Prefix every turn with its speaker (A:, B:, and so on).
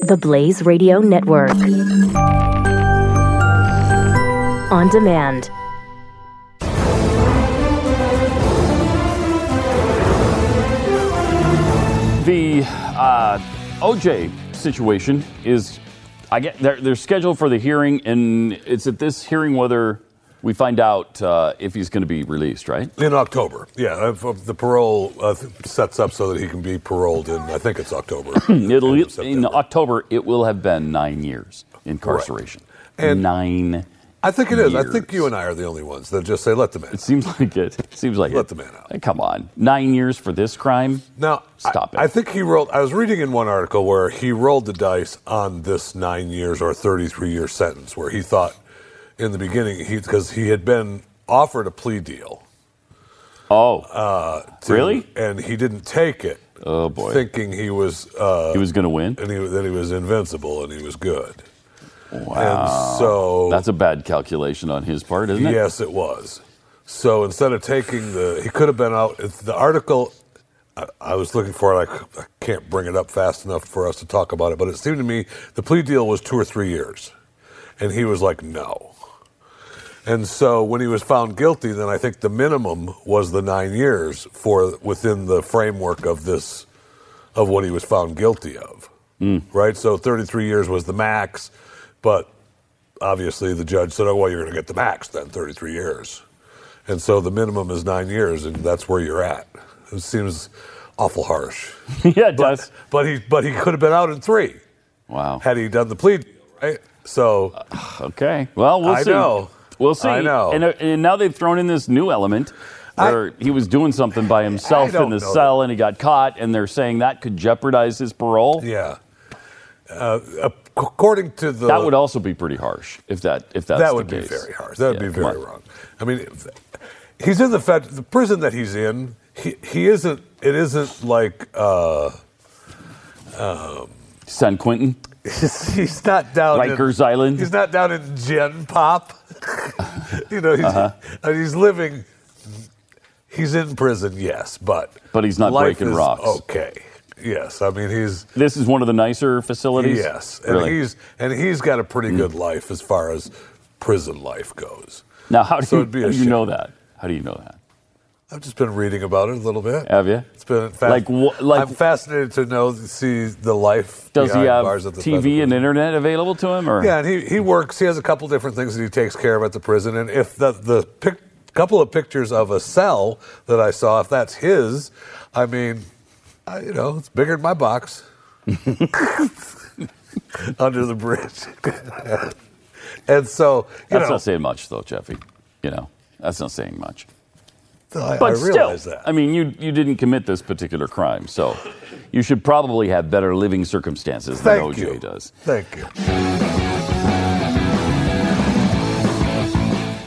A: The Blaze Radio Network. On demand.
B: The uh, OJ situation is, I get they're, they're scheduled for the hearing, and it's at this hearing whether we find out uh, if he's going to be released, right?
C: In October, yeah. if- if The parole uh, th- sets up so that he can be paroled in, I think it's October.
B: It'll,
C: End of
B: in
C: September.
B: October, it will have been nine years incarceration.
C: And-
B: nine.
C: I think it is. I think
B: years.
C: you and I are the only ones that just say, let the man.
B: It seems like it. Seems like
C: Let
B: it.
C: the man out.
B: Hey, Come on, nine years for this crime?
C: Now, I-
B: Stop it.
C: I, think he rolled. I was reading in one article where he rolled the dice on this nine years or 33 year sentence, where he thought in the beginning, he because he had been offered a plea deal.
B: Oh,
C: to-
B: Really?
C: And he didn't take it.
B: Oh, boy.
C: Thinking he was, uh,
B: he was going to win.
C: and he, that he was invincible and he was good.
B: Wow.
C: And so
B: That's a bad calculation on his part, isn't it?
C: Yes, it was. So instead of taking the, he could have been out. it's The article, I, I was looking for it. I, c- I can't bring it up fast enough for us to talk about it, but it seemed to me the plea deal was two or three years. And he was like, no. And so when he was found guilty, then I think the minimum was the nine years for within the framework of this, of what he was found guilty of. Right? So 33 years was the max, but obviously the judge said, "Oh well, you're going to get the max then, 33 years," and so the minimum is nine years, and that's where you're at. It seems awful harsh,
B: yeah, it does.
C: but he but he could have been out in three
B: Wow.
C: had he done the plea deal, right? So
B: Okay. Well, we'll
C: I
B: see.
C: know.
B: We'll see.
C: I know.
B: And, uh, and now they've thrown in this new element
C: I-
B: where he was doing something by himself in
C: don't
B: the
C: know
B: cell and he got caught, and they're saying that could jeopardize his parole.
C: yeah, uh, ac- according to the
B: That would also be pretty harsh if that if that's
C: that
B: the
C: would be
B: case.
C: very harsh. That would
B: Yeah,
C: be
B: come
C: very
B: on.
C: wrong. I mean, if- he's in the fed, the prison that he's in. He he isn't. It isn't like. Uh,
B: San Quentin.
C: He's, he's not down
B: Rikers
C: in,
B: Island?
C: He's not down in Gen Pop. you know, he's,
B: Uh-huh.
C: and he's living. He's in prison, yes, but
B: But he's not
C: life
B: breaking
C: is
B: rocks.
C: Okay, yes, I mean he's
B: This is one of the nicer facilities.
C: yes, and
B: Really? Mm.
C: he's and he's got a pretty good life as far as prison life goes.
B: now, how do
C: so
B: you,
C: it'd be
B: how
C: a
B: do you know
C: shame.
B: that? How do you know that?
C: I've just been reading about it a little bit.
B: Have you?
C: It's been fas-
B: Like wha- like-
C: I'm fascinated to know see the life.
B: Does he
C: behind
B: have
C: bars at the federal
B: TV
C: prison.
B: and internet available to him? Or
C: Yeah, and he, he works. He has a couple different things that he takes care of at the prison. And if the the pic, couple of pictures of a cell that I saw, if that's his, I mean, I, you know, it's bigger than my box under the bridge. and so you
B: that's
C: know,
B: not saying much, though, Jeffy. You know, that's not saying much.
C: I,
B: But
C: I
B: still,
C: realize that.
B: I mean, you you didn't commit this particular crime, so you should probably have better living circumstances
C: Thank
B: than OJ
C: you.
B: does.
C: Thank you.